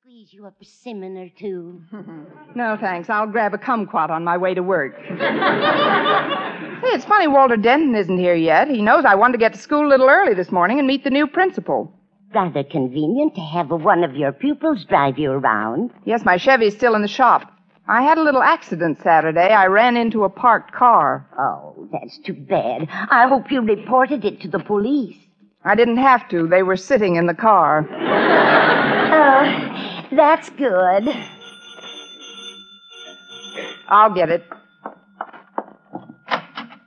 squeeze you a persimmon or two. No, thanks. I'll grab a kumquat on my way to work. hey, it's funny Walter Denton isn't here yet. He knows I wanted to get to school a little early this morning and meet the new principal. Rather convenient to have one of your pupils drive you around. Yes, my Chevy's still in the shop. I had a little accident Saturday. I ran into a parked car. Oh, that's too bad. I hope you reported it to the police. I didn't have to. They were sitting in the car. Uh, that's good. I'll get it.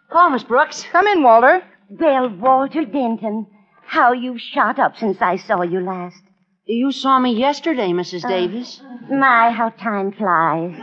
Hello, Miss Brooks. Come in, Walter. Well, Walter Denton, how you've shot up since I saw you last. You saw me yesterday, Mrs. Davis. My, how time flies.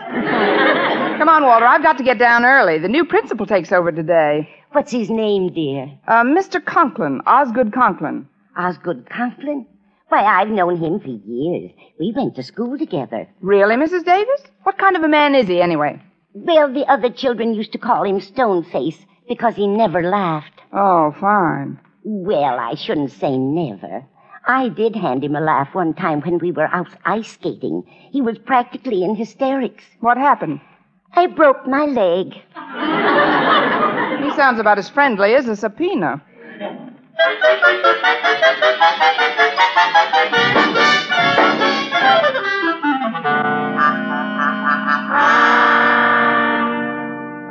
Come on, Walter. I've got to get down early. The new principal takes over today. What's his name, dear? Uh, Mr. Conklin, Osgood Conklin. Osgood Conklin? Why, I've known him for years. We went to school together. Really, Mrs. Davis? What kind of a man is he, anyway? Well, the other children used to call him Stoneface because he never laughed. Oh, fine. Well, I shouldn't say never. I did hand him a laugh one time when we were out ice skating. He was practically in hysterics. What happened? I broke my leg. He sounds about as friendly as a subpoena.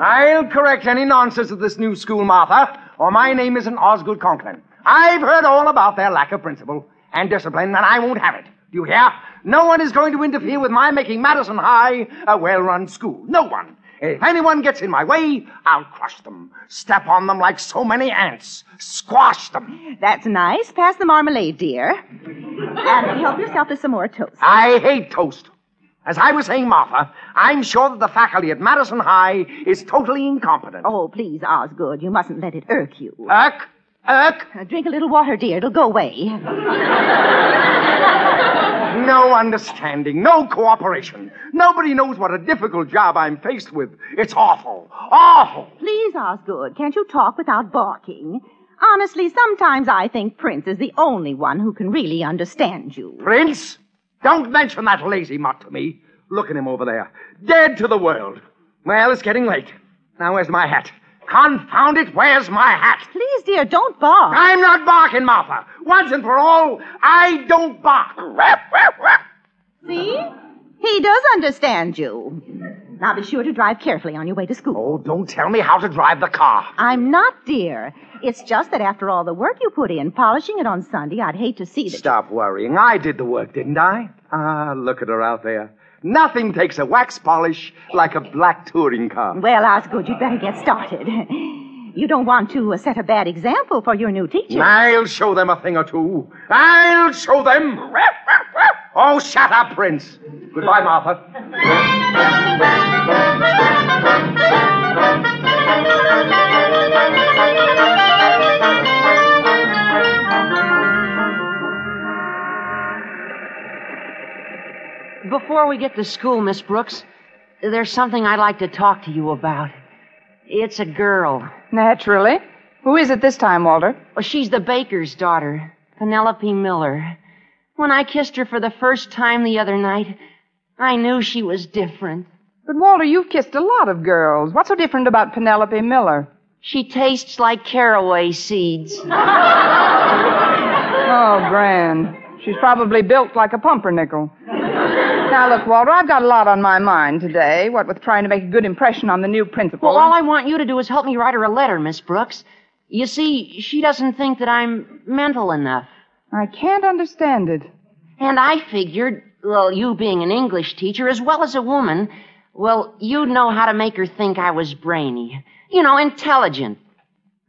I'll correct any nonsense of this new school, Martha, or my name isn't Osgood Conklin. I've heard all about their lack of principle and discipline, and I won't have it. Do you hear? No one is going to interfere with my making Madison High a well-run school. No one. If anyone gets in my way, I'll crush them, step on them like so many ants, squash them. That's nice. Pass the marmalade, dear. And help yourself to some more toast. I hate toast. As I was saying, Martha, I'm sure that the faculty at Madison High is totally incompetent. Oh, please, Osgood, you mustn't let it irk you. Irk, irk, Uh, Drink a little water, dear. It'll go away. No understanding, no cooperation. Nobody knows what a difficult job I'm faced with. It's awful, awful. Please, Osgood, can't you talk without barking? Honestly, sometimes I think Prince is the only one who can really understand you. Prince, don't mention that lazy mutt to me. Look at him over there, dead to the world. Well, it's getting late. Now, where's my hat? Confound it, where's my hat? Please, dear, don't bark. I'm not barking, Martha. Once and for all, I don't bark. See? He does understand you. Now be sure to drive carefully on your way to school. Oh, don't tell me how to drive the car. I'm not, dear. It's just that after all the work you put in polishing it on Sunday, I'd hate to see that. Stop worrying. I did the work, didn't I? Ah, look at her out there. Nothing takes a wax polish like a black touring car. Well, Osgood, you'd better get started. You don't want to uh, set a bad example for your new teacher. I'll show them a thing or two. I'll show them. Oh, shut up, Prince. Goodbye, Martha. Before we get to school, Miss Brooks, there's something I'd like to talk to you about. It's a girl. Naturally. Who is it this time, Walter? Well, she's the baker's daughter, Penelope Miller. When I kissed her for the first time the other night, I knew she was different. But, Walter, you've kissed a lot of girls. What's so different about Penelope Miller? She tastes like caraway seeds. Oh, grand. She's probably built like a pumpernickel. now, look, Walter, I've got a lot on my mind today, what with trying to make a good impression on the new principal. Well, all I want you to do is help me write her a letter, Miss Brooks. You see, she doesn't think that I'm mental enough. I can't understand it. And I figured, well, you being an English teacher as well as a woman, well, you'd know how to make her think I was brainy. You know, intelligent.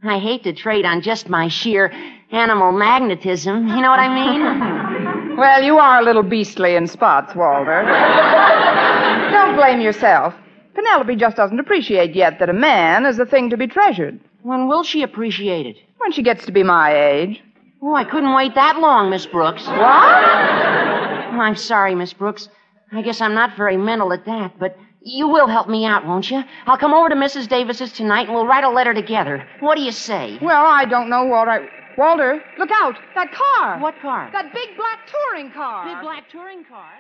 I hate to trade on just my sheer animal magnetism. You know what I mean? Well, you are a little beastly in spots, Walter. Don't blame yourself. Penelope just doesn't appreciate yet that a man is a thing to be treasured. when will she appreciate it? When she gets to be my age. Oh, I couldn't wait that long, Miss Brooks. Oh, What? I'm sorry, Miss Brooks. I guess I'm not very mental at that, but you will help me out, won't you? I'll come over to Mrs. Davis's tonight and we'll write a letter together. What do you say? Well, I don't know, Walter. Walter, look out! That car! What car? That big black touring car! black touring car.